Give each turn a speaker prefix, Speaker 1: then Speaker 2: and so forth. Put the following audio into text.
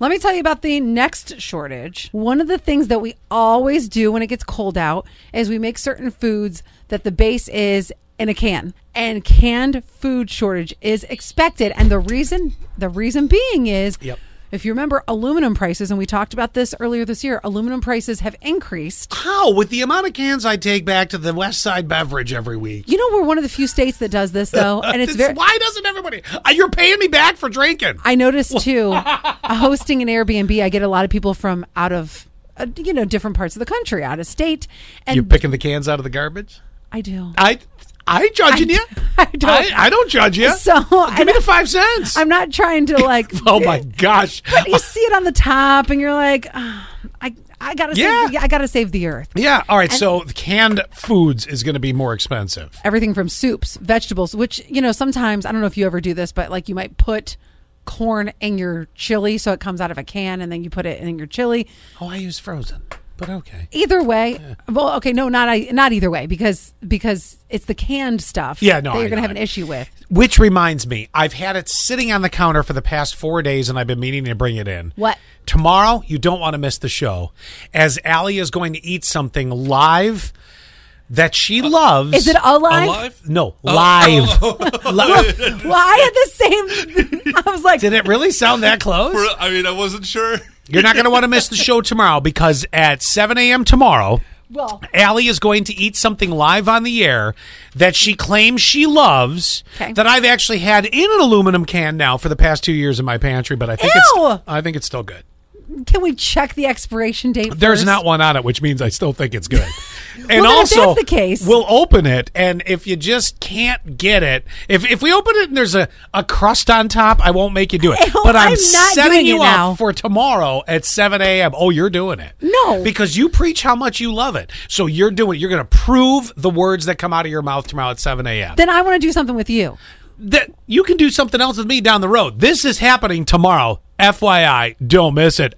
Speaker 1: Let me tell you about the next shortage. One of the things that we always do when it gets cold out is we make certain foods that the base is in a can. And canned food shortage is expected. And the reason the reason being is
Speaker 2: Yep.
Speaker 1: if you remember aluminum prices, and we talked about this earlier this year, aluminum prices have increased.
Speaker 2: How? With the amount of cans I take back to the West Side Beverage every week.
Speaker 1: You know, we're one of the few states that does this though, and it's
Speaker 2: This-
Speaker 1: very.
Speaker 2: why doesn't everybody? Uh, You're paying me back for drinking.
Speaker 1: I noticed too, hosting an Airbnb, I get a lot of people from out of, uh, you know, different parts of the country, out of state, and
Speaker 2: You're picking the cans out of the garbage.
Speaker 1: I do.
Speaker 2: I, I ain't judging
Speaker 1: I-
Speaker 2: you.
Speaker 1: I don't-
Speaker 2: I, I don't judge you.
Speaker 1: So,
Speaker 2: Uh, give me
Speaker 1: and
Speaker 2: the five cents.
Speaker 1: I'm not trying to like.
Speaker 2: oh my gosh.
Speaker 1: You see it on the top, and you're like, "Ah, I, I gotta,
Speaker 2: Yeah.
Speaker 1: save the, I gotta save the earth.
Speaker 2: Yeah. All right. so canned foods is going to be more expensive.
Speaker 1: everything from soups, vegetables, which, you know, sometimes I don't know if you ever do this, but like you might put corn in your chili so it comes out of a can and then you put it in your chili.
Speaker 2: Oh, I use frozen, but okay.
Speaker 1: Either way, well, okay, no, not I, not either way because because it's the canned stuff
Speaker 2: Yeah, no,
Speaker 1: that
Speaker 2: I
Speaker 1: you're going
Speaker 2: know.
Speaker 1: to have an issue with.
Speaker 2: Which reminds me, I've had it sitting on the counter for the past four days, and I've been meaning to bring it in.
Speaker 1: What?
Speaker 2: Tomorrow, you don't want to miss the show, as Allie is going to eat something live that she loves.
Speaker 1: Uh, Is it alive?
Speaker 3: Alive?
Speaker 2: No, live. Li-
Speaker 1: Well, I had the same I was like
Speaker 2: Did it really sound that close?
Speaker 3: Bro, I mean, I wasn't sure.
Speaker 2: You're not going to want to miss the show tomorrow because at 7 a.m. tomorrow,
Speaker 1: well,
Speaker 2: Allie is going to eat something live on the air that she claims she loves
Speaker 1: Okay.
Speaker 2: that I've actually had in an aluminum can now for the past two years in my pantry, but I think
Speaker 1: Ew!
Speaker 2: it's I think it's still good.
Speaker 1: can we check the expiration date?
Speaker 2: There's
Speaker 1: first?
Speaker 2: not one on it, which means I still think it's good. and
Speaker 1: then if
Speaker 2: also,
Speaker 1: that's the case-
Speaker 2: we'll open it, and if you just can't get it, if if we open it and there's a, a crust on top, I won't make you do it.
Speaker 1: Ew,
Speaker 2: but I'm,
Speaker 1: Oh, I'm not
Speaker 2: setting
Speaker 1: doing
Speaker 2: you
Speaker 1: it
Speaker 2: up
Speaker 1: now.
Speaker 2: for tomorrow at 7 a.m. Oh, you're doing it.
Speaker 1: No.
Speaker 2: because you preach how much you love it, so you're doing. You're going to prove the words that come out of your mouth tomorrow at 7 a.m. That,
Speaker 1: Then I want to do something with you.
Speaker 2: you can do something else with me down the road. This is happening tomorrow. FYI, don't miss it.